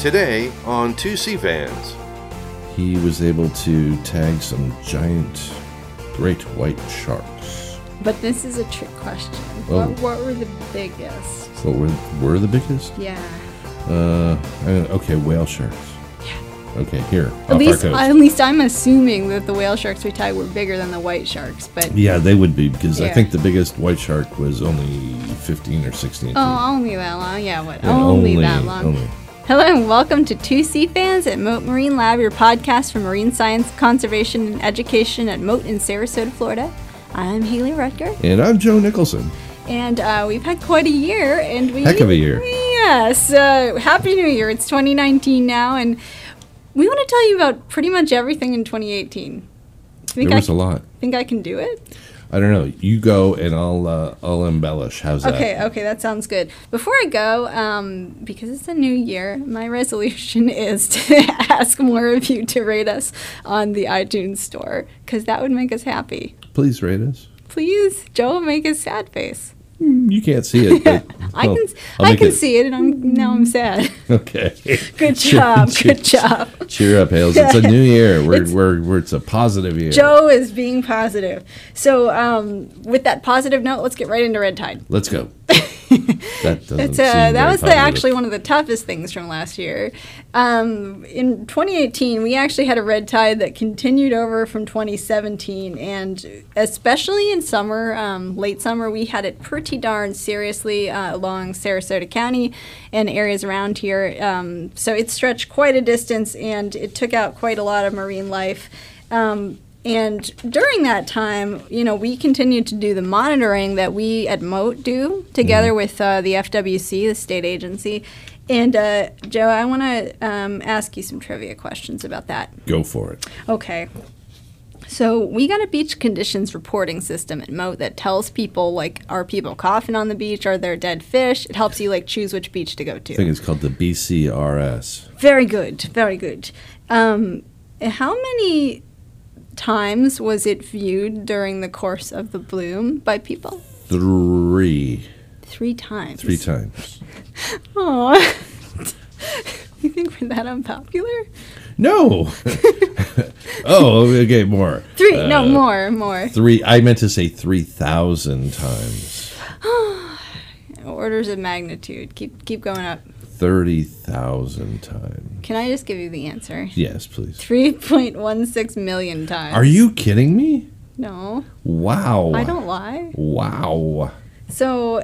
Today on 2C Vans. He was able to tag some giant great white sharks. But this is a trick question. Oh. What, what were the biggest? What were, were the biggest? Yeah. Uh, I- okay, whale sharks. Okay, here. At off least, our coast. at least I'm assuming that the whale sharks we tag were bigger than the white sharks. But yeah, they would be because I Yeah. think the biggest white shark was only 15 or 16 feet. oh, only that long. Yeah, what? Yeah, only, that long. only. Hello and welcome to 2C Fans at Moat Marine Lab, your podcast for marine science, conservation, and education at Moat in Sarasota, Florida. I'm Haley Rutger, And I'm Joe Nicholson. and uh, we've had quite a year, and we Heck of a year. Yes, uh, happy New Year! It's 2019 now, and we want to tell you about pretty much everything in 2018. Think There I was a lot. think I can do it? I don't know. You go and I'll uh, I'll embellish. How's Okay, that? okay, that sounds good. Before I go, um, because it's a new year, my resolution is to ask more of you to rate us on the iTunes store, because that would make us happy. Please rate us. Mm, Please, Joe, make a sad face. You can't see it, but I well, can, I'll I make can it- see it, and I'm now I'm sad. Okay. Good job, good job. Cheer up, Hales. It's a new year. We're, It's- we're, we're, it's a positive year. Joe is being positive. So, um, with that positive note, let's get right into red tide. Let's go. that doesn't That's seem uh, that very was the, positive. actually one of the toughest things from last year. Um, in 2018, we actually had a red tide that continued over from 2017, and especially in summer, um, late summer, we had it pretty darn seriously uh, along Sarasota County and areas around here. Um, so it stretched quite a distance, and it took out quite a lot of marine life. Um, and during that time, you know, we continued to do the monitoring that we at Moat do together with uh, the FWC, the state agency. And uh, Joe, I want to um, ask you some trivia questions about that. Go for it. Okay. So we got a beach conditions reporting system at Moat that tells people like, are people coughing on the beach? Are there dead fish? It helps you like choose which beach to go to. I think it's called the BCRS. Very good, very good. Um, how many times was it viewed during the course of the bloom by people? Three. Three times. Three times. Aw. you think we're that unpopular? No. oh, okay, more. Three, Uh, no, more, more. Three. I meant to say 3,000 times. Orders of magnitude. Keep, keep going up. 30,000 times. Can I just give you the answer? Yes, please. 3.16 million times. Are you kidding me? No, Wow. I don't lie. Wow. So,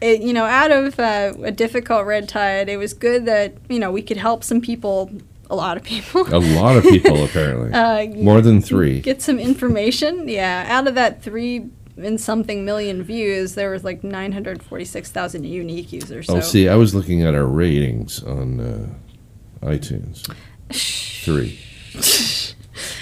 it, you know, out of uh, a difficult red tide, it was good that you know we could help some people, a lot of people. A lot of people, apparently. Uh, more than three. Get some information. Yeah, out of that three and something million views, there was like nine hundred forty-six thousand unique users. So. Oh, see, I was looking at our ratings on uh, iTunes. Three.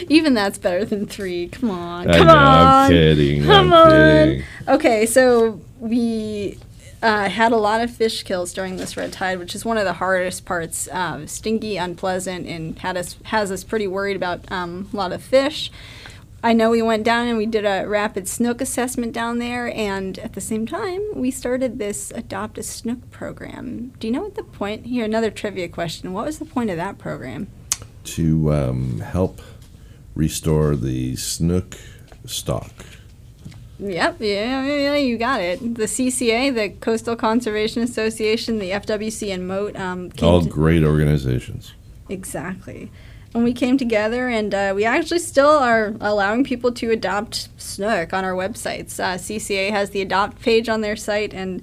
Even that's better than three. Come on, I come know, on. I'm kidding. Come I'm on. kidding. Okay, so we uh, had a lot of fish kills during this red tide, which is one of the hardest parts. Um, stinky, unpleasant, and had us has us pretty worried about um, a lot of fish. I know we went down and we did a rapid snook assessment down there, and at the same time, we started this adopt a snook program. Do you know what the point here? Another trivia question. What was the point of that program? To um, help restore the snook stock. Yep, yeah, yeah, yeah, you got it. The CCA, the Coastal Conservation Association, the FWC, and Moat um, came All to- great organizations. Exactly. And we came together, and uh, we actually still are allowing people to adopt Snook on our websites. Uh, CCA has the adopt page on their site, and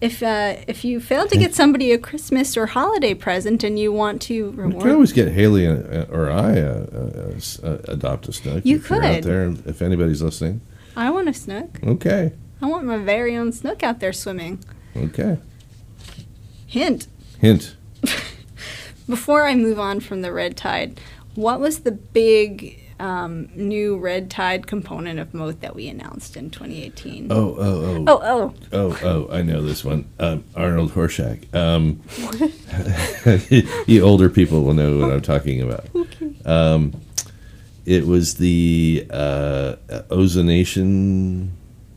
if uh, if you fail to get somebody a Christmas or holiday present, and you want to You could reward, always get Haley uh, or I uh, uh, uh, s- uh, adopt a snook. You if you're out could. there, and if anybody's listening. I want a Snook. Okay. I want my very own Snook out there swimming. Okay. Hint. Hint. Before I move on from the red tide, what was the big um, new red tide component of Moat that we announced in 2018? Oh, oh, oh, Oh, oh, oh, oh! I know this one. Um, Arnold Horshack. Um, you older people will know what I'm talking about. Um, it was the uh, ozonation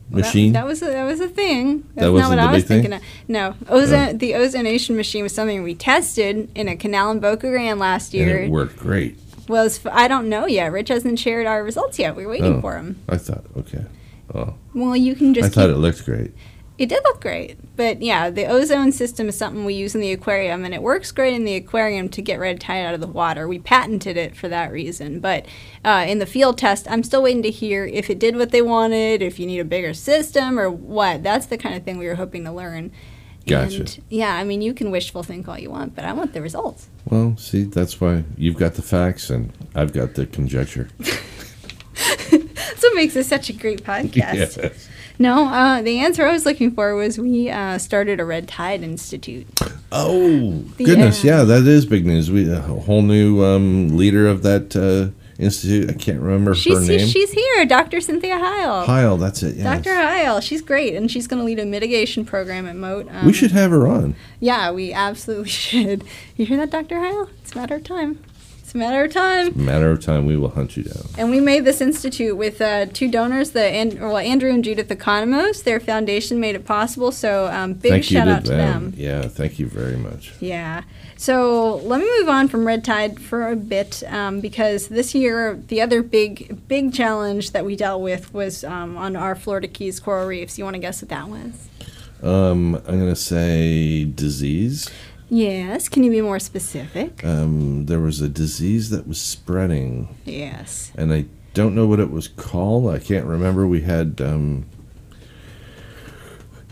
machine. That, that was a, that was a thing. That's not what wasn't the I was big thing? thinking of. No, ozone, the ozonation machine was something we tested in a canal in Boca Grande last and year. it worked great. Was I don't know yet. Rich hasn't shared our results yet. We're waiting Oh. for him. I thought, okay. Oh, Well, you can I just thought keep it looked great. It did look great. But yeah, the ozone system is something we use in the aquarium, and it works great in the aquarium to get red tide out of the water. We patented it for that reason. But uh, in the field test, I'm still waiting to hear if it did what they wanted, if you need a bigger system, or what. That's the kind of thing we were hoping to learn. Gotcha. And, yeah, I mean, you can wishful think all you want, but I want the results. Well, see, that's why you've got the facts and I've got the conjecture. That's what makes this such a great podcast. Yes. No, uh, the answer I was looking for was we uh, started a Red Tide Institute. Oh goodness, Yeah. yeah, that is big news. We a whole new um, leader of that uh, institute. I can't remember her She's, name. she's here, Dr. Cynthia Heil. Heil, that's it. Yes. Dr. Heil, she's great, and she's going to lead a mitigation program at Moat. Um, we should have her on. Yeah, we absolutely should. You hear that, Dr. Heil? It's a matter of time. It's a matter of time. Matter of time, we will hunt you down. And we made this institute with uh, two donors, the and, well, Andrew and Judith Economos. Their foundation made it possible, so um, big thank shout you to, out to them. Yeah, thank you very much. Yeah. So let me move on from Red Tide for a bit um, because this year the other big big challenge that we dealt with was um, on our Florida Keys coral reefs. You want to guess what that was? Um, I'm gonna say disease. Yes. Can you be more specific? Um, there was a disease that was spreading Yes. and I don't know what it was called. I can't remember. We had um,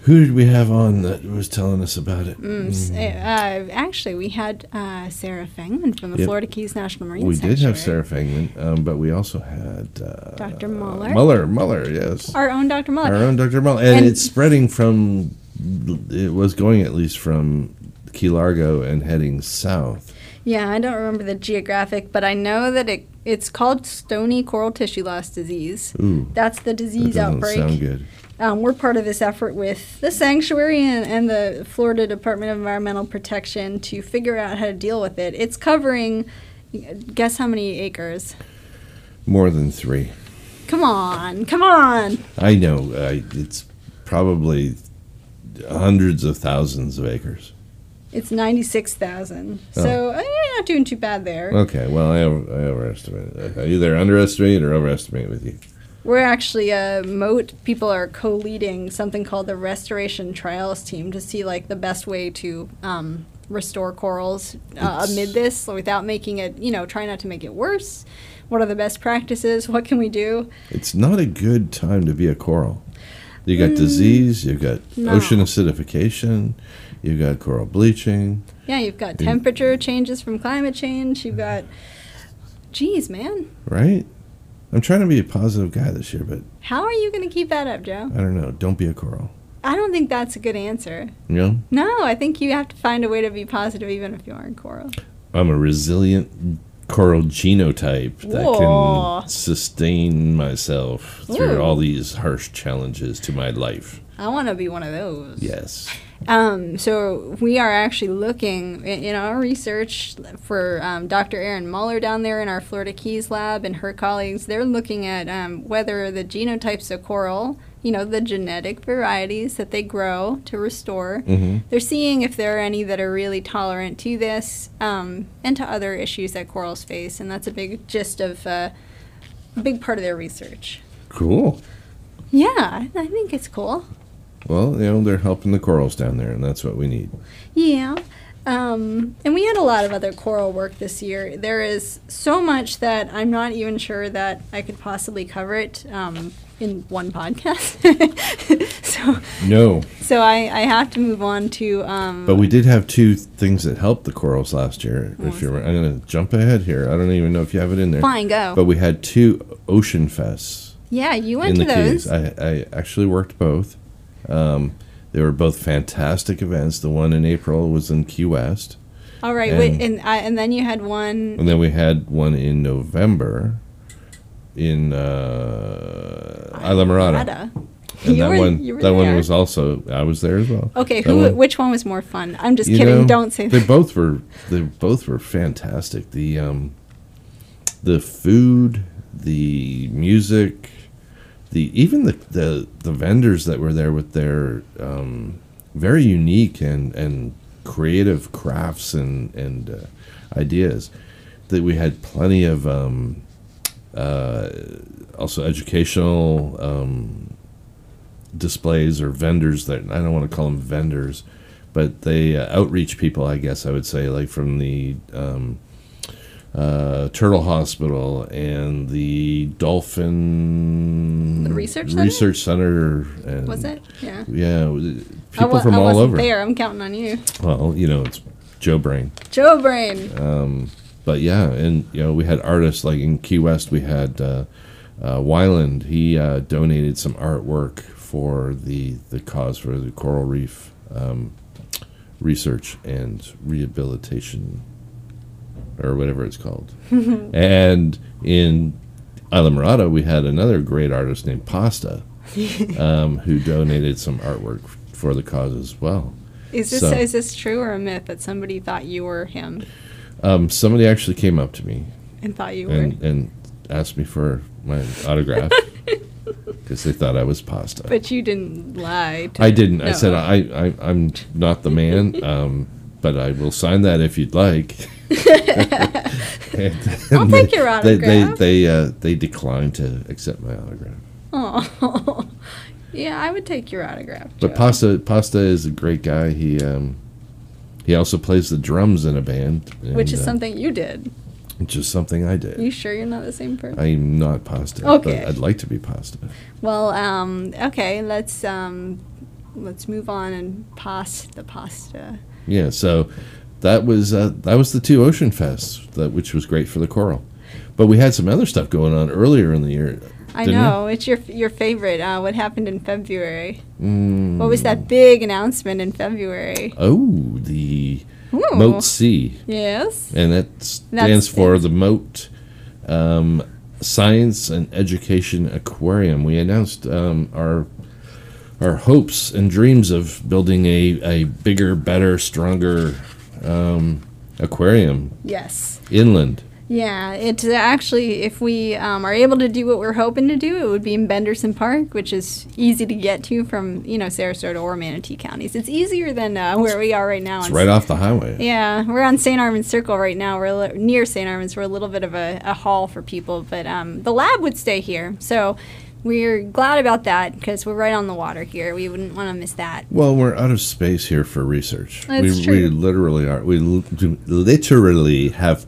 who did we have on that was telling us about it? Mm, S- Uh, actually, we had uh, Sarah Fengman from the Yep. Florida Keys National Marine we did have Sanctuary. Sarah Fangman, um, but we also had uh, Dr. Muller. Muller. Muller, yes, Our own Dr. Muller. our own Dr. Muller, and, And- it's spreading from. It was going at least from Key Largo and heading south. Yeah, I don't remember the geographic, but I know that it it's called stony coral tissue loss disease. Ooh, That's the that disease doesn't outbreak. sound good. Um, we're part of this effort with the sanctuary and, and the Florida Department of Environmental Protection to figure out how to deal with it. It's covering, guess how many acres? More than three. Come on, come on. I know. I, it's probably hundreds of thousands of acres. It's 96,000. So uh, you're not doing too bad there. Okay, well, I, over- I overestimated. I either underestimate or overestimate with you. We're actually, uh, Moat people are co leading something called the Restoration Trials Team to see like the best way to. Um, restore corals uh, It's- amid this without making it you know try not to make it worse what are the best practices what can we do It's not a good time to be a coral. You got disease, you've got no. ocean acidification, you've got coral bleaching. Yeah, you've got temperature changes from climate change. You've got, geez, man, Right? I'm trying to be a positive guy this year, but how are you going to keep that up, Joe? I don't know. Don't be a coral. I don't think that's a good answer. You know, No, I think you have to find a way to be positive, even if you aren't coral. I'm a resilient coral genotype that Woah. can sustain myself through Ooh. all these harsh challenges to my life. I want to be one of those. Yes. Um, so we are actually looking i- in our research for um, Dr. Erin Muller down there in our Florida Keys lab and her colleagues. They're looking at um, whether the genotypes of coral, you know, the genetic varieties that they grow to restore, Mm-hmm. they're seeing if there are any that are really tolerant to this um, and to other issues that corals face. And that's a big gist of uh, a big part of their research. Cool. Yeah, I think it's cool. Well, you know, they're helping the corals down there, and that's what we need. Yeah. Um, and we had a lot of other choral work this year. There is so much that I'm not even sure that I could possibly cover it um, in one podcast. so, No, so I, I have to move on to. Um, but we did have two things that helped the corals last year. What If you are I'm going to jump ahead here. I don't even know if you have it in there. fine, go. But we had two ocean fests yeah, you went in the to those. Keys. I, I actually worked both. Um, they were both fantastic events. The one in April was in Key West, All right, wait, and- and I, and then you had one. and then we had one in November in uh, Isla Mirada. Ada. And You that were- one, you were that one there. was also I was there as well. Okay, That who? one- Which one was more fun? I'm just You kidding. know, don't say They that. both were they both were fantastic. The um, the food, the music, the even the the, the vendors that were there with their um, very unique and and creative crafts and and uh, ideas that we had plenty of um, uh, also educational um, displays or vendors that I don't want to call them vendors, but they uh, outreach people, I guess I would say, like from the um, uh, Turtle Hospital and the Dolphin The research center? Research Center. and- Was it? Yeah. Yeah, it was- I people wa- from I all wasn't over. There, I'm counting on you, Well, you know, it's Joe Brain. Joe Brain. Um, but yeah, and you know, we had artists like in Key West, we had uh, uh, Wyland. He uh, donated some artwork for the the cause for the coral reef um, research and rehabilitation, or whatever it's called. and in Isla Morada, we had another great artist named Pasta, um, who donated some artwork for the cause as well. Is this so- is this true or a myth that somebody thought you were him Um, somebody actually came up to me and thought you were? and and asked me for my autograph because they thought I was pasta. But you didn't lie. To I didn't. I No. said I, I I'm not the man, um, but I will sign that if you'd like. And- I'll and take your they, they autograph. they uh, they declined to accept my autograph. Oh, yeah, I would take your autograph. But Joe. pasta pasta is a great guy. He um, he also plays the drums in a band, and, which is uh, something you did. which is something I did. You sure you're not the same person? I'm not pasta. Okay. but I'd like to be pasta. Well, um, okay, let's um, let's move on and pass the pasta. Yeah, so that was uh, that was the two ocean fests, that, which was great for the coral. But we had some other stuff going on earlier in the year. I Didn't we? know it's your your favorite. Uh, what happened in February? What was Mm. that big announcement in February? Oh, the Ooh, Moat C, Yes. and that stands Oh. That's- for the Moat um, Science and Education Aquarium. We announced um, our our hopes and dreams of building a, a bigger, better, stronger um, aquarium Yes. inland. Yeah, it's actually, if we um, are able to do what we're hoping to do, it would be in Benderson Park, which is easy to get to from, you know, Sarasota or Manatee counties. It's easier than uh, where we are right now. It's on right off the highway. Yeah, we're on St. Armand's Circle right now. We're li- near St. Armand's. We're a little bit of a, a haul for people, but um, the lab would stay here. So we're glad about that because we're right on the water here. We wouldn't want to miss that. Well, we're out of space here for research. That's we, we true. literally are. We l- do- literally have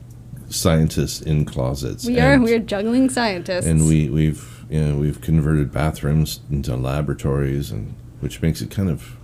scientists in closets. We are and, we're juggling scientists. and we we've you know, we've converted bathrooms into laboratories, and which makes it kind of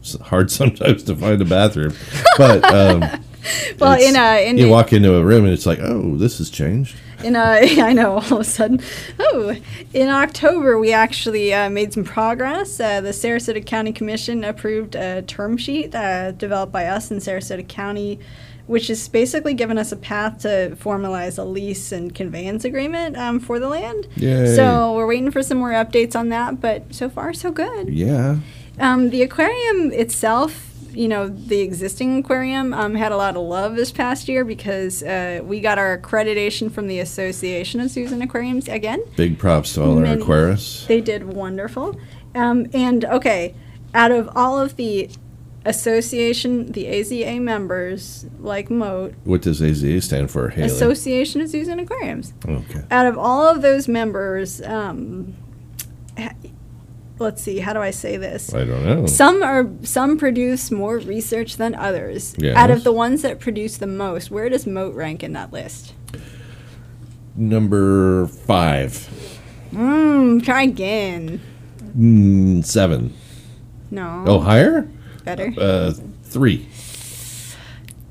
s- hard sometimes to find a bathroom. But um, well, it's- in a in you a, walk into a room and it's like, oh, this has changed. in a, I know all of a sudden. Oh, in October we actually uh, made some progress. Uh, the Sarasota County Commission approved a term sheet uh, developed by us in Sarasota County, which has basically given us a path to formalize a lease and conveyance agreement um, for the land. Yay. So we're waiting for some more updates on that, but so far so good. Yeah. Um, the aquarium itself, you know, the existing aquarium um, had a lot of love this past year because uh, we got our accreditation from the Association of Susan Aquariums again. Big props to all our Many- aquarists. They did wonderful. Um, and okay, out of all of the association, the AZA members, like Moat, What does AZA stand for, Haley? Association of Zoos and Aquariums, okay. out of all of those members, um, ha- let's see, how do I say this? I don't know. Some are some produce more research than others. Yes. Out of the ones that produce the most, where does Moat rank in that list? Number five, Mmm, try again. mm, seven. No. Oh, higher? Better. Uh, three.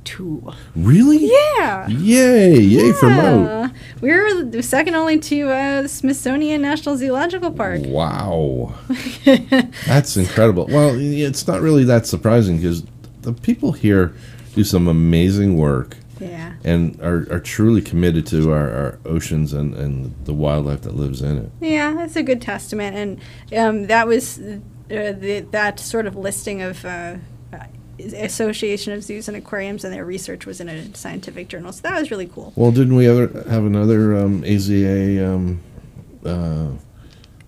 Two. Really? Yeah. Yay! Yay for Moat. Yeah. We were the second only to uh, the Smithsonian National Zoological Park. Wow, that's incredible. Well, it's not really that surprising because the people here do some amazing work yeah. and are, are truly committed to our, our oceans and, and the wildlife that lives in it. Yeah, that's a good testament, and um, that was uh, the, that sort of listing of uh, uh, Association of Zoos and Aquariums and their research was in a scientific journal, so that was really cool. Well, didn't we other have another um, AZA um, uh,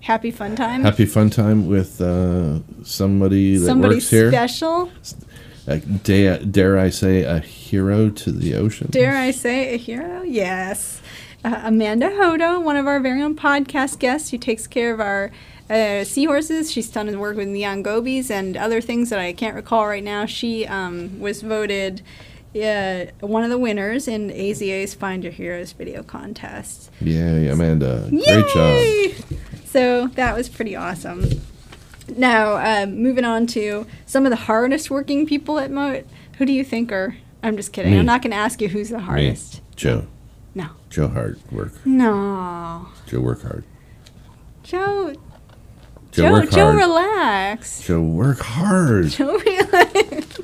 Happy fun time. Happy fun time with uh, somebody that Somebody works here. special. Like, dare, dare I say, a hero to the ocean? Dare I say a hero? Yes. Uh, Amanda Hodo, one of our very own podcast guests, who takes care of our uh, seahorses. She's done work with neon gobies and other things that I can't recall right now. She um, was voted uh, one of the winners in AZA's Find Your Heroes video contest. Yay, Amanda. Great job. Yay! So that was pretty awesome. Now, uh, moving on to some of the hardest working people at Moat. Who do you think are? I'm just kidding. Me. I'm not going to ask you who's the hardest. Joe. No. Joe hard work. No. Joe work hard. Joe, Joe, Joe, work Joe, hard. relax. Joe work hard. Joe, relax.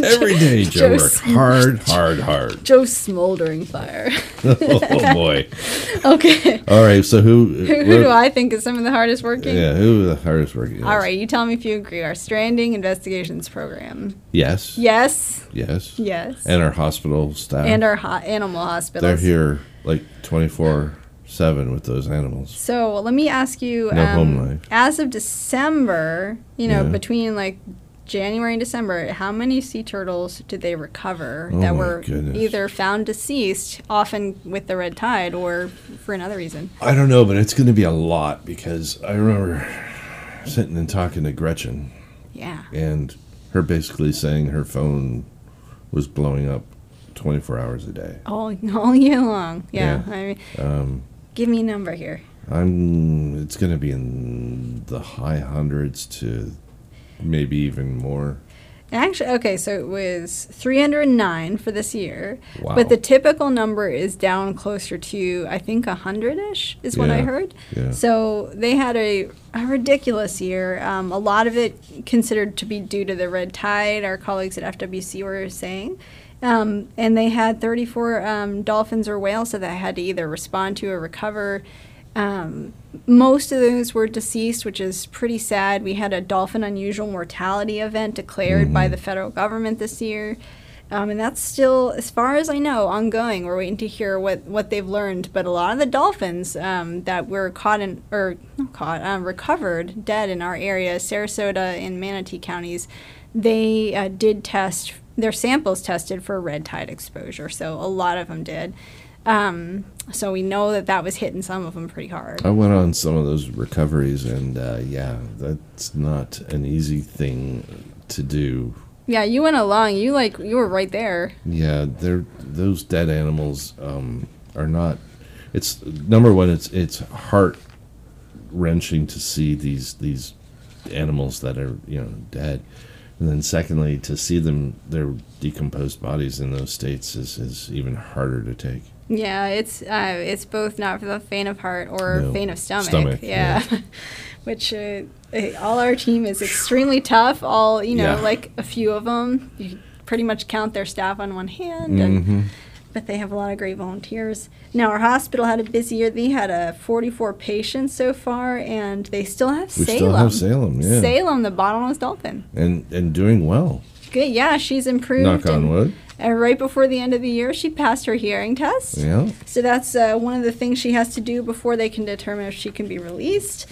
Every day, Joe, Joe work hard, hard, hard. Joe smoldering fire. oh boy. okay. All right. So who? Who, who do I think is some of the hardest working? Yeah, who the hardest working? is? All right, you tell me if you agree. Our stranding investigations program. Yes. Yes. Yes. Yes. And our hospital staff. and our ho- animal They're hospitals. here like twenty four seven with those animals. So let me ask you, No um, home life. as of December, you know, Yeah. between like January and December, how many sea turtles did they recover Oh that my were goodness. either found deceased, often with the red tide, or for another reason? I don't know, but it's going to be a lot because I remember sitting and talking to Gretchen Yeah. and her basically saying her phone was blowing up 24 hours a day. All, all year long. Yeah. Yeah. I mean, Um, give me a number here. I'm it's going to be in the high hundreds to maybe even more. Actually, okay, so it was 309 for this year, Wow. but the typical number is down closer to I think 100 ish is what I Yeah, heard. yeah. So they had a, a ridiculous year. Um, a lot of it considered to be due to the red tide. Our colleagues at FWC were saying. Um, and they had 34 um, dolphins or whales that they had to either respond to or recover. Um, most of those were deceased, which is pretty sad. We had a dolphin unusual mortality event declared by the federal government this year. Um, and that's still, as far as I know, ongoing. We're waiting to hear what, what they've learned. But a lot of the dolphins um, that were caught in, or not caught, um, recovered dead in our area, Sarasota and Manatee counties, they uh, did test, their samples tested for red tide exposure. So a lot of them did. Um, so we know that that was hitting some of them pretty hard. I went on some of those recoveries, and uh, yeah, that's not an easy thing to do. Yeah, you went along. You like you were right there. Yeah, they're those dead animals um, are not. It's number one. It's it's heart wrenching to see these these animals that are you know dead, and then secondly to see them their decomposed bodies in those states is is even harder to take. Yeah, it's uh, it's both not for the faint of heart or No. faint of stomach. Stomach, yeah, which uh, eh, all our team is extremely tough. All you know, Yeah. like a few of them, you pretty much count their staff on one hand. Mm-hmm. And, but they have a lot of great volunteers. Now our hospital had a busy year. They had a 44 patients so far, and they still have We Salem. still have Salem, yeah, Salem, the bottlenose dolphin. and and doing well. Good, yeah, she's improved. Knock on and- wood. and Uh, right before the end of the year, she passed her hearing test. Yeah. So that's uh, one of the things she has to do before they can determine if she can be released.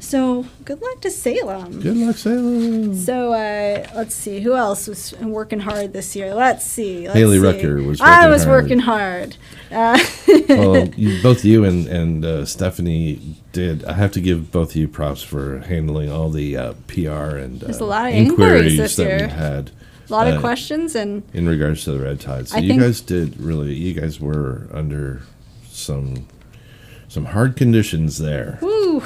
So good luck to Salem. mm-hmm. Good luck, Salem. So uh, let's see who else was working hard this year. Let's see. Let's Haley see. Rucker was I working was hard. Oh, working hard. Uh, well, you, both you and and uh, Stephanie did. I have to give both of you props for handling all the uh, PR and uh, There's a lot of inquiries this that year. we had a lot of uh, questions and in regards to the red tide. So I you think- guys did really. You guys were under some some hard conditions there. Woo!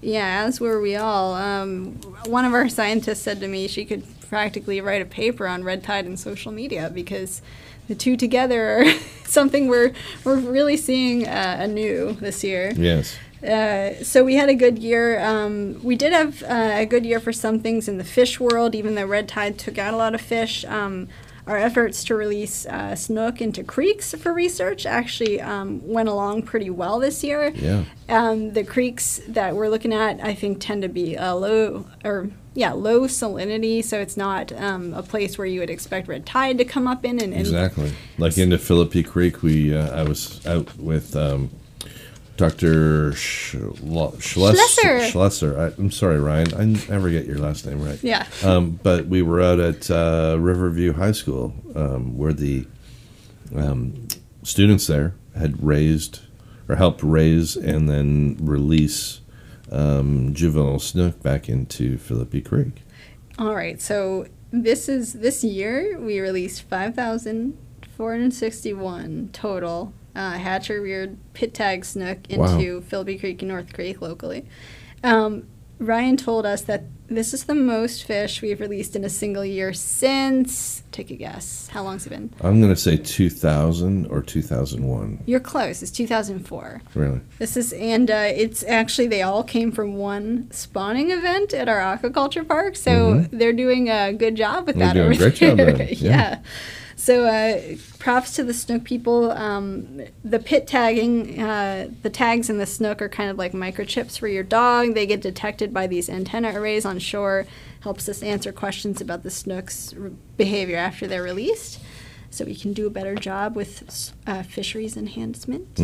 Yeah, as were we all. Um, one of our scientists said to me she could practically write a paper on red tide and social media because the two together are something we're we're really seeing uh, anew this year. Yes. Uh, so we had a good year. Um, we did have uh, a good year for some things in the fish world, even though red tide took out a lot of fish. Um, our efforts to release uh, snook into creeks for research actually um, went along pretty well this year. Yeah. Um, the creeks that we're looking at, I think, tend to be uh, low or yeah, low salinity, so it's not um, a place where you would expect red tide to come up in and, and Exactly. Like into Philippi Creek, we uh, I was out with um, Dr. Sch- Lo- Schlesser. Schlesser. Schlesser. I, I'm sorry, Ryan. I never get your last name right. Yeah. Um, but we were out at uh, Riverview High School um, where the um, students there had raised or helped raise and then release um, juvenile snook back into Philippi Creek. All right, so this is this year we released five thousand four hundred sixty-one total uh, hatcher reared pit tag snook Wow. into Philby Creek and North Creek locally. Um, Ryan told us that this is the most fish we've released in a single year since. Take a guess. How long's it been? I'm going to say 2000 or 2001, You're close. It's two thousand four. really. This is, and uh, it's actually, they all came from one spawning event at our aquaculture park. So they're doing a good job with Mm-hmm. They're that. doing a over great job there. at it, yeah. yeah. So uh, props to the snook people. Um, the pit tagging, uh, the tags in the snook are kind of like microchips for your dog. They get detected by these antenna arrays on shore. Helps us answer questions about the snook's r- behavior after they're released. So we can do a better job with s- uh, fisheries enhancement.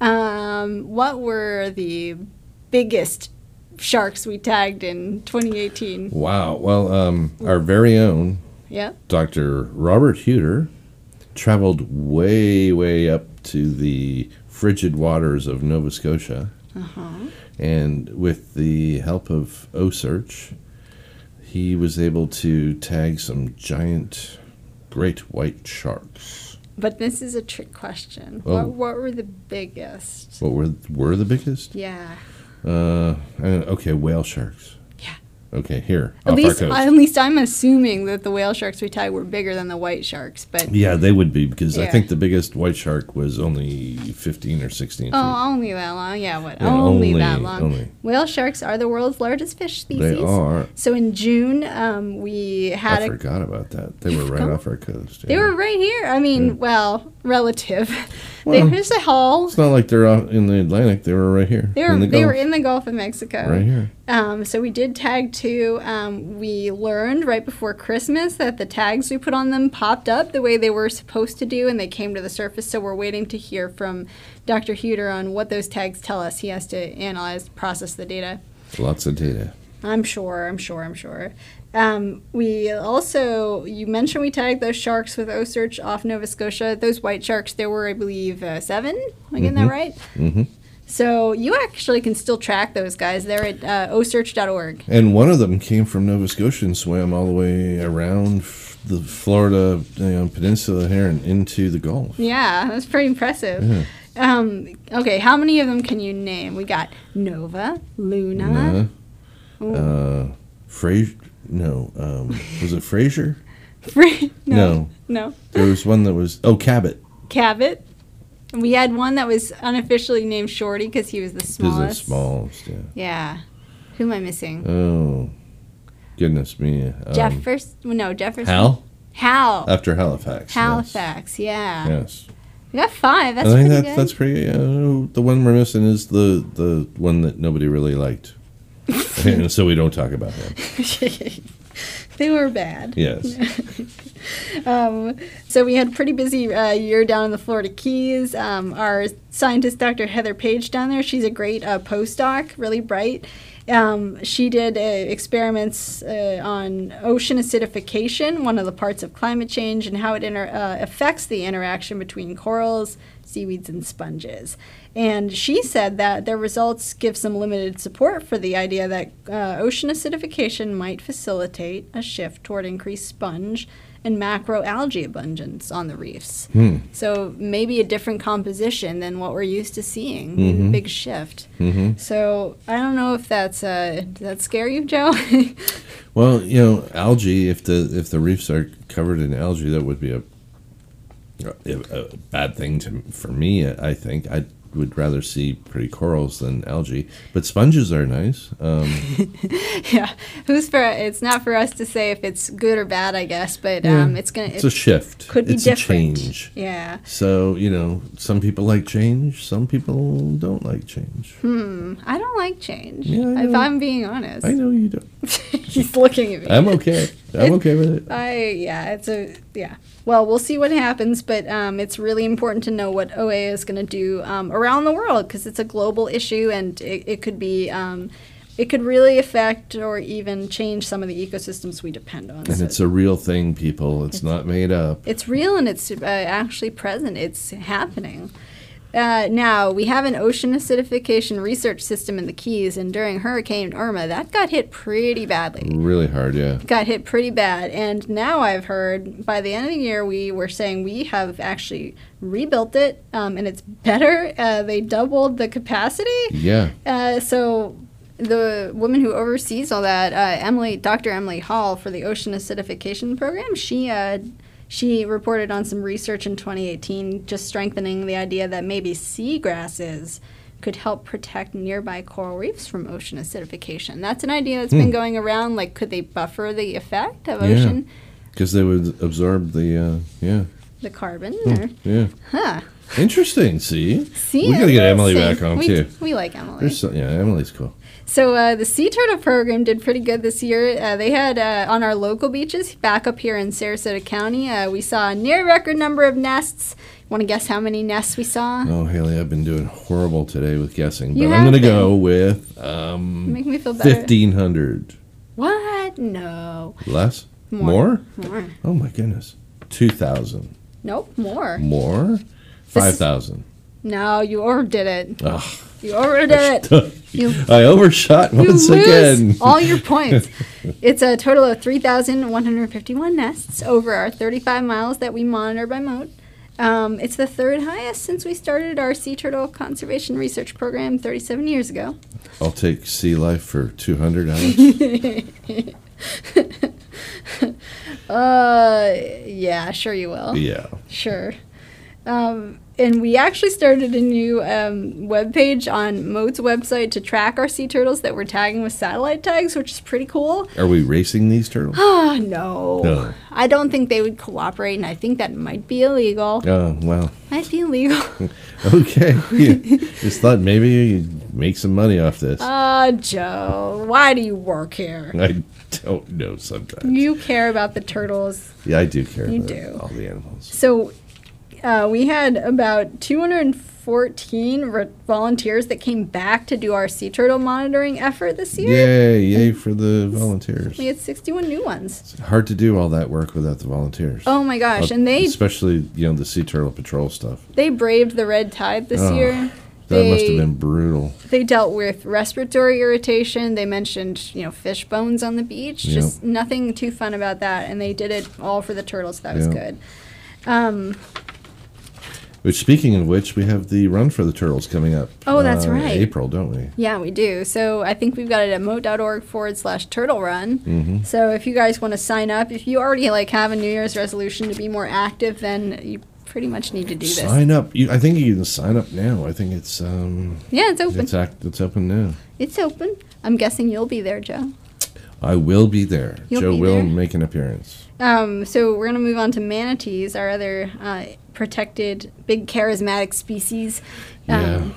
Um, what were the biggest sharks we tagged in 2018? Wow. Well, um, our very own Yep. Dr. Robert Huter traveled way, way up to the frigid waters of Nova Scotia. And with the help of OSearch, he was able to tag some giant great white sharks. But this is a trick question. Oh. What, what were the biggest? What were were the biggest? Yeah. Uh, I don't- okay, whale sharks. Yeah. Okay, here At off least, our coast. at least I'm assuming that the whale sharks we tagged were bigger than the white sharks. But yeah, they would be because I Yeah. think the biggest white shark was only fifteen or sixteen. feet. oh, only that long. Yeah, what? Mm-hmm. Yeah, only, that only- long. only. Whale sharks are the world's largest fish species. They are. So in June, um, we had I a forgot about that. They were right forgot? off our coast. They yeah. were right here. I mean, well, relative. Mm. Well, There's a haul. It's not like they're out in the Atlantic. They were right here. They were in the they were Gulf, in the Gulf of Mexico. right here. Um, so we did tag two. Um, we learned right before Christmas that the tags we put on them popped up the way they were supposed to do, and they came to the surface. So we're waiting to hear from Dr. Huter on what those tags tell us. He has to analyze, process the data. Lots of data. I'm sure. I'm sure. I'm sure. Um, we also, you mentioned we tagged those sharks with OSearch off Nova Scotia. Those white sharks, there were, I believe, uh, seven. Am I getting that right? Mhm. So you actually can still track those guys. They're at uh, osearch.org. And one of them came from Nova Scotia and swam all the way around f- the Florida you know, peninsula here and into the Gulf. Yeah, that's pretty impressive. Mm-hmm. Um, okay, how many of them can you name? We got Nova, Luna, Uh, uh, Fraser. No. Um, was it Fraser? Fra- No. no, There was one that was. Oh, Cabot. Cabot. We had one that was unofficially named Shorty because he was the Is the smallest. smallest. Yeah. Yeah. Who am I missing? Oh, goodness me. Um, Jefferson? No, Jefferson. Hal? Hal. After Halifax. yes. Halifax. Yeah. Yes. We got five. That's I pretty think that's good. that's pretty. Uh, the one we're missing is the the one that nobody really liked, and so we don't talk about him. they were bad. Yes, Um, so we had a pretty busy uh, year down in the Florida Keys. Um, our scientist, Dr. Heather Page, down there, she's a great uh, postdoc, really bright. Um, she did uh, experiments uh, on ocean acidification, one of the parts of climate change, and how it inter- uh, affects the interaction between corals, seaweeds, and sponges. And she said that their results give some limited support for the idea that uh, ocean acidification might facilitate a shift toward increased sponge and macroalgae abundance on the reefs. Hmm. So maybe a different composition than what we're used to seeing. Maybe Mm-hmm. a big shift. So I don't know if that's uh, does that scare you, Joe? well, you know, algae. If the if the reefs are covered in algae, that would be a a, a bad thing to for me. I think I would rather see pretty corals than algae, but sponges are nice. Um, yeah. Who's for? It's not for us to say if it's good or bad, I guess. But Yeah. um, it's gonna. it's it a shift. could be it's different. a change. yeah. So you know, some people like change. Some people don't like change. Hmm. Mm, I don't like change. Yeah, I if know. I'm being honest, I know you don't. he's looking at me. I'm okay. I'm okay with it. I yeah, it's a yeah. Well, we'll see what happens, but um, it's really important to know what OA is going to do um, around the world because it's a global issue and it, it could be um, it could really affect or even change some of the ecosystems we depend on. And So it's a real thing, people. It's not made up. it's real and it's uh, actually present. It's happening. Uh, now, we have an ocean acidification research system in the Keys, and during Hurricane Irma, that got hit pretty badly. Really hard, yeah. Got hit pretty bad. And now I've heard by the end of the year, we were saying we have actually rebuilt it um, and it's better. Uh, they doubled the capacity. Yeah. Uh, so the woman who oversees all that, uh, Emily, Dr. Emily Hall for the Ocean Acidification Program, she uh, she reported on some research in 2018, just strengthening the idea that maybe seagrasses could help protect nearby coral reefs from ocean acidification. That's an idea that's been going around. Like, could they buffer the effect of Hmm. Yeah. ocean, Because they would absorb the, uh, yeah. the carbon? Hmm. Or, Yeah. huh. Interesting, see? See, we got to get it's Emily interesting. back on, we, too. We like Emily. There's some, yeah, Emily's cool. So uh, the sea turtle program did pretty good this year. Uh, they had uh, on our local beaches back up here in Sarasota County. Uh, we saw a near record number of nests. Want to guess how many nests we saw? Oh, Haley, I've been doing horrible today with guessing, but You I'm have going to go with um, Make me feel better. 1,500. What? No. Less? More. More? More. Oh, my goodness. 2,000. Nope. More. More? 5,000. No, you overdid it. Ugh. You overdid it. You- I overshot You once again. lose all your points. it's a total of 3,151 nests over our 35 miles that we monitor by moat. Um, it's the third highest since we started our sea turtle conservation research program 37 years ago. I'll take sea life for 200 hours. Uh, yeah, sure you will. yeah. Sure. Um, and we actually started a new um, webpage on Moat's website to track our sea turtles that we're tagging with satellite tags, which is pretty cool. Are we racing these turtles? Oh, no. No. I don't think they would cooperate, and I think that might be illegal. Oh, wow. Might be illegal. Okay. Just thought maybe you'd make some money off this. Uh, Joe, why do you work here? I don't know sometimes. You care about the turtles. Yeah, I do care You about do. all the animals. So, uh, we had about 214 re- volunteers that came back to do our sea turtle monitoring effort this year. Yay, yay for the volunteers. We had 61 new ones. It's hard to do all that work without the volunteers. Oh my gosh, Uh, and they especially, you know, the sea turtle patrol stuff. they braved the red tide this Oh. year. That must They- have been brutal. They dealt with respiratory irritation. They mentioned, you know, fish bones on the beach. Yep. Just nothing too fun about that. And they did it all for the turtles. That was Yep. good. Um, Which speaking of which, we have the run for the turtles coming up. Oh, that's uh, right. April, don't we? yeah, we do. So I think we've got it at moat.org forward slash turtle run. Mm-hmm. So if you guys want to sign up, if you already like have a New Year's resolution to be more active, then you pretty much need to do this. Sign up. You, I think you can sign up now. I think it's um Yeah, it's open. it's act, it's open now. It's open. I'm guessing you'll be there, Joe. I will be there. You'll Joe be will there? make an appearance. Um, so we're gonna move on to manatees, our other uh, protected, big charismatic species. Um, Yeah.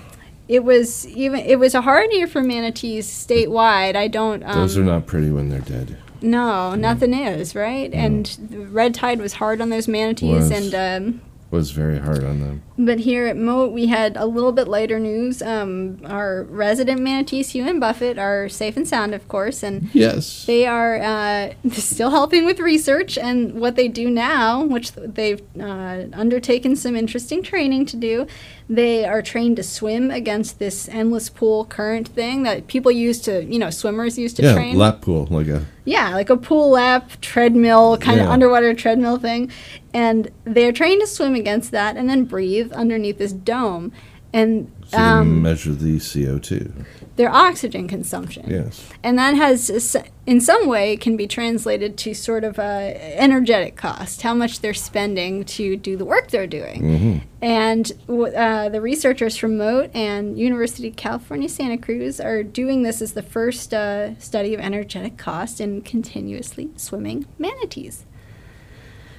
It was even it was a hard year for manatees statewide. I don't. Um, Those are not pretty when they're dead. no, nothing is right. And the red tide was hard on those manatees, Was. and um, Was very hard on them. but here at Moat, we had a little bit lighter news. Um, our resident manatees, Hugh and Buffett, are safe and sound, of course, and Yes. They are uh, still helping with research, and what they do now, which they've uh, undertaken some interesting training to do, they are trained to swim against this endless pool current thing that people use to, you know, swimmers use to yeah, train. lap pool, like a Yeah, like a pool lap, treadmill, kind of Yeah. underwater treadmill thing. And they're trained to swim against that and then breathe underneath this dome. And so you um, measure the CO two. their oxygen consumption Yes. and that has a s- in some way can be translated to sort of a energetic cost how much they're spending to do the work they're doing Mm-hmm. and w- uh, the researchers from moat and university of california santa cruz are doing this as the first uh, study of energetic cost in continuously swimming manatees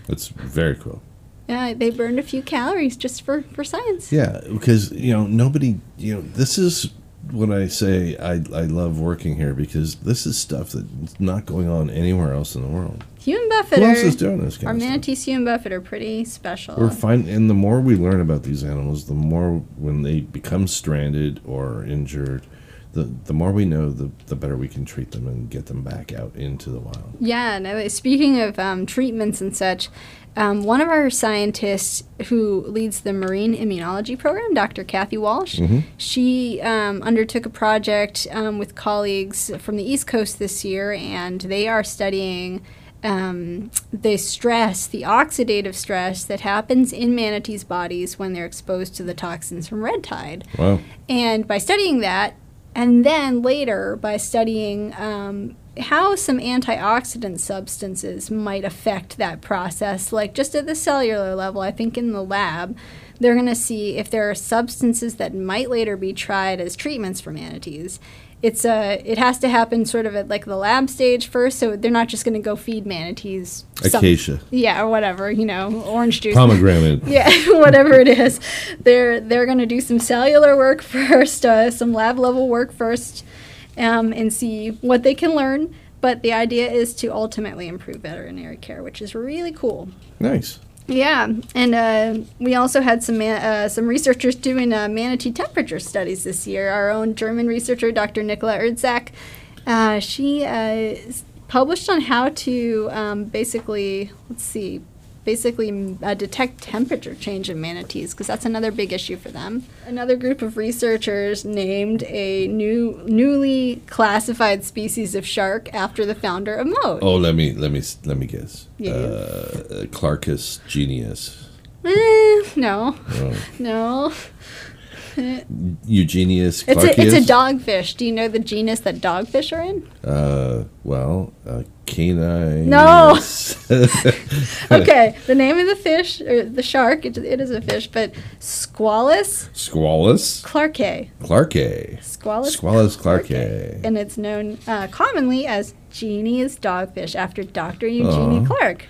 That's very cool. uh, they burned a few calories just for, for science Yeah, because you know nobody. You know this is when I say I, I love working here because this is stuff that's not going on anywhere else in the world. Hugh and Who Buffett else is are, doing this kind our of stuff? manatees, Hugh and Buffett, are pretty special. We're fine, and the more we learn about these animals, the more when they become stranded or injured, the the more we know, the the better we can treat them and get them back out into the wild. Yeah, no, speaking of um, treatments and such, um, one of our scientists who leads the marine immunology program, Dr. Kathy Walsh, Mm. Mm-hmm. she um, undertook a project um, with colleagues from the East Coast this year, and they are studying um, the stress, the oxidative stress that happens in manatees' bodies when they're exposed to the toxins from red tide. Wow, And by studying that, and then later by studying um, how some antioxidant substances might affect that process, like just at the cellular level, I think in the lab, they're going to see if there are substances that might later be tried as treatments for manatees. It's a, it has to happen sort of at like the lab stage first, so they're not just going to go feed manatees. some- acacia, yeah, or whatever, you know, orange juice. pomegranate. Yeah, whatever it is, they're they're gonna do some cellular work first, uh, some lab level work first, um, and see what they can learn. But the idea is to ultimately improve veterinary care, which is really cool. Nice. Yeah, and uh, we also had some man- uh, some researchers doing uh, manatee temperature studies this year. Our own German researcher, Dr. Nicola Erdzak, uh, she uh, s- published on how to um, basically let's see, basically mm, uh, detect temperature change in manatees because that's another big issue for them. Another group of researchers named a new newly classified species of shark after the founder of Moat. Oh, let me let me let me guess. Yeah. Uh, Clarkus genius, Eh, no, Oh. no. Eugenius It's a, Clarkius. it's a dogfish. Do you know the genus that dogfish are in? Uh, well, uh, canine. No. Okay, the name of the fish, or the shark, it, it is a fish, but Squalus Squalus clarke. Clarke. Squalus, Squalus clarke. And it's known uh, commonly as Jeannie's dogfish after Dr. Eugenie Aw. Clark.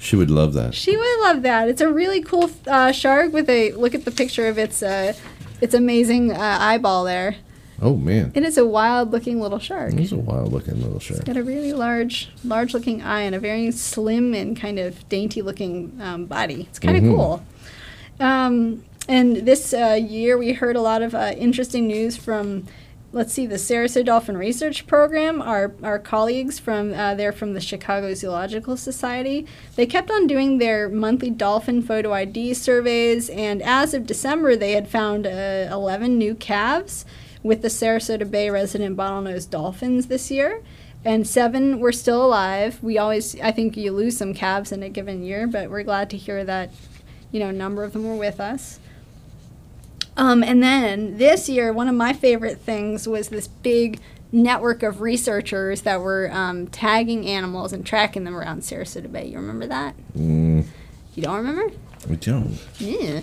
She would love that. She would love that. It's a really cool uh, shark with a look at the picture of its uh, its amazing uh, eyeball there. Oh man, It is a wild looking little shark. he's a wild looking little shark. Got a really large, large looking eye and a very slim and kind of dainty looking um, body. It's kind of cool. Um, and this uh, year we heard a lot of uh, interesting news from, let's see, the Sarasota Dolphin Research Program. Our, our colleagues from uh, they're from the Chicago Zoological Society. They kept on doing their monthly dolphin photo ID surveys, and as of December, they had found uh, 11 new calves with the Sarasota Bay resident bottlenose dolphins this year. And seven were still alive. We always, I think you lose some calves in a given year, but we're glad to hear that you know, a number of them were with us. Um, and then this year, one of my favorite things was this big network of researchers that were um, tagging animals and tracking them around Sarasota Bay. You remember that? Mm, You don't remember? we don't. Yeah.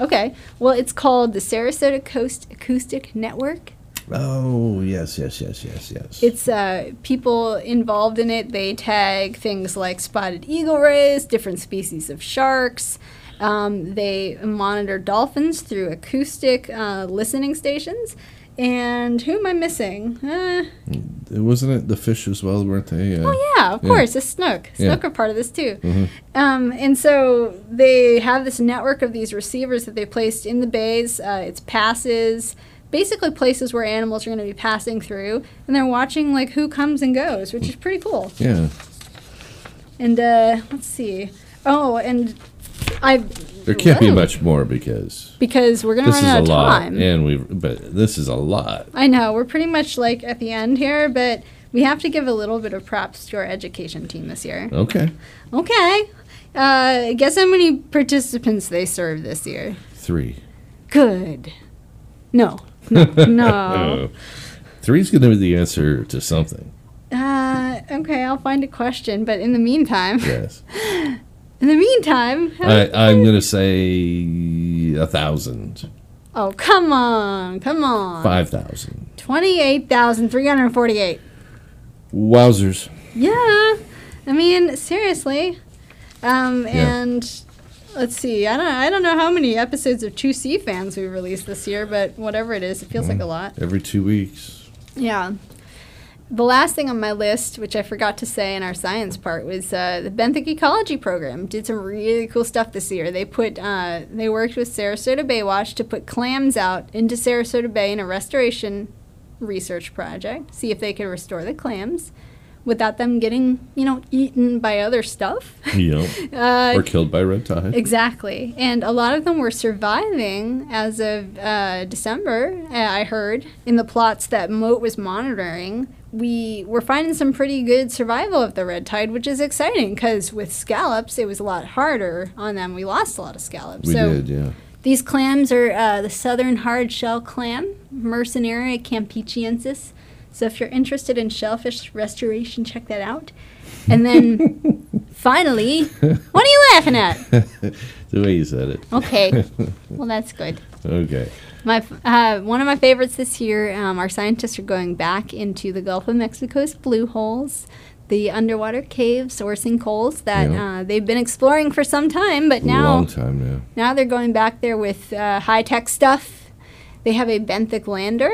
Okay. Well, it's called the Sarasota Coast Acoustic Network. Oh yes, yes, yes, yes, yes. It's uh, people involved in it. They tag things like spotted eagle rays, different species of sharks. Um, they monitor dolphins through acoustic uh, listening stations. And who am I missing? Uh, Wasn't it the fish as well? Weren't they? Uh, Oh yeah, of Yeah. course, a snook. Yeah. Snook are part of this too. Um, and so they have this network of these receivers that they placed in the bays. Uh, it's passes, basically places where animals are going to be passing through, and they're watching like who comes and goes, which is pretty cool. yeah. And uh, let's see. Oh, and I. There can't be Whoa. much more because because we're going to this run is a out of lot, time. and we. But this is a lot. I know we're pretty much like at the end here, but we have to give a little bit of props to our education team this year. Okay, Okay. Uh, guess how many participants they served this year? three. Good. No. No. no. Oh. Three's going to be the answer to something. Uh, okay, I'll find a question. But in the meantime, Yes, in the meantime, I, I'm going to say a thousand, oh come on, come on, five thousand. twenty-eight thousand three hundred forty-eight. Wowzers! Yeah, I mean seriously, um, Yeah. and Let's see. I don't. I don't know how many episodes of Two C fans we released this year, but whatever it is, it feels like a lot. Every two weeks. Yeah. The last thing on my list, which I forgot to say in our science part, was uh, the Benthic Ecology Program. Did some really cool stuff this year. They put uh, they worked with Sarasota Baywatch to put clams out into Sarasota Bay in a restoration research project. See if they could restore the clams without them getting you know eaten by other stuff. You know, Uh, or killed by red tide. Exactly. And a lot of them were surviving as of uh, December, uh, I heard, in the plots that Moat was monitoring. We were finding some pretty good survival of the red tide, which is exciting because with scallops, it was a lot harder on them. We lost a lot of scallops. we so did, yeah. these clams are uh, the southern hard shell clam, Mercenaria campechiensis. So if you're interested in shellfish restoration, check that out. And then finally, what are you laughing at? The way you said it. Okay. well, that's good. Okay. My f- uh, one of my favorites this year. Um, our scientists are going back into the Gulf of Mexico's blue holes, the underwater caves or sinkholes that Yeah. uh, they've been exploring for some time, but now Long time now. now they're going back there with uh, high tech stuff. They have a benthic lander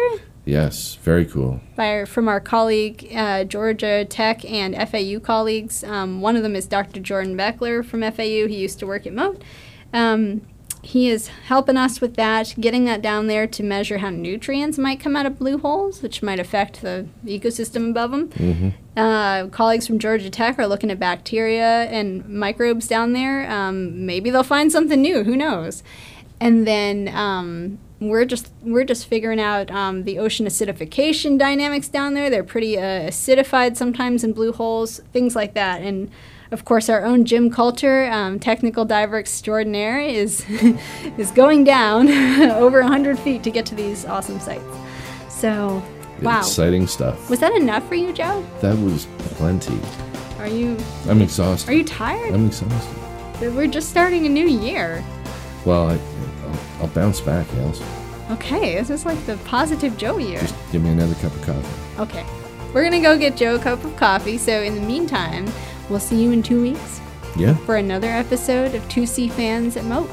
Yes, very cool. by our, from our colleague uh, Georgia Tech and FAU colleagues. Um, one of them is Dr. Jordan Beckler from FAU. He used to work at Moat. Um, he is helping us with that, getting that down there to measure how nutrients might come out of blue holes, which might affect the ecosystem above them. Uh, colleagues from Georgia Tech are looking at bacteria and microbes down there. Um, maybe they'll find something new. Who knows? And then um, we're just we're just figuring out um, the ocean acidification dynamics down there. They're pretty uh, acidified sometimes in blue holes, things like that. And of course, our own Jim Coulter, um, technical diver extraordinaire, is is going down over 100 feet to get to these awesome sites. So, wow. Exciting stuff. Was that enough for you, Joe? That was plenty. Are you I'm are exhausted. you tired? I'm exhausted. We're just starting a new year. Well, I, I'll, I'll bounce back, Alice. Okay, this is like the positive Joe year. Just give me another cup of coffee. Okay. We're going to go get Joe a cup of coffee. So, in the meantime, we'll see you in two weeks Yeah. for another episode of 2C Fans at Moat.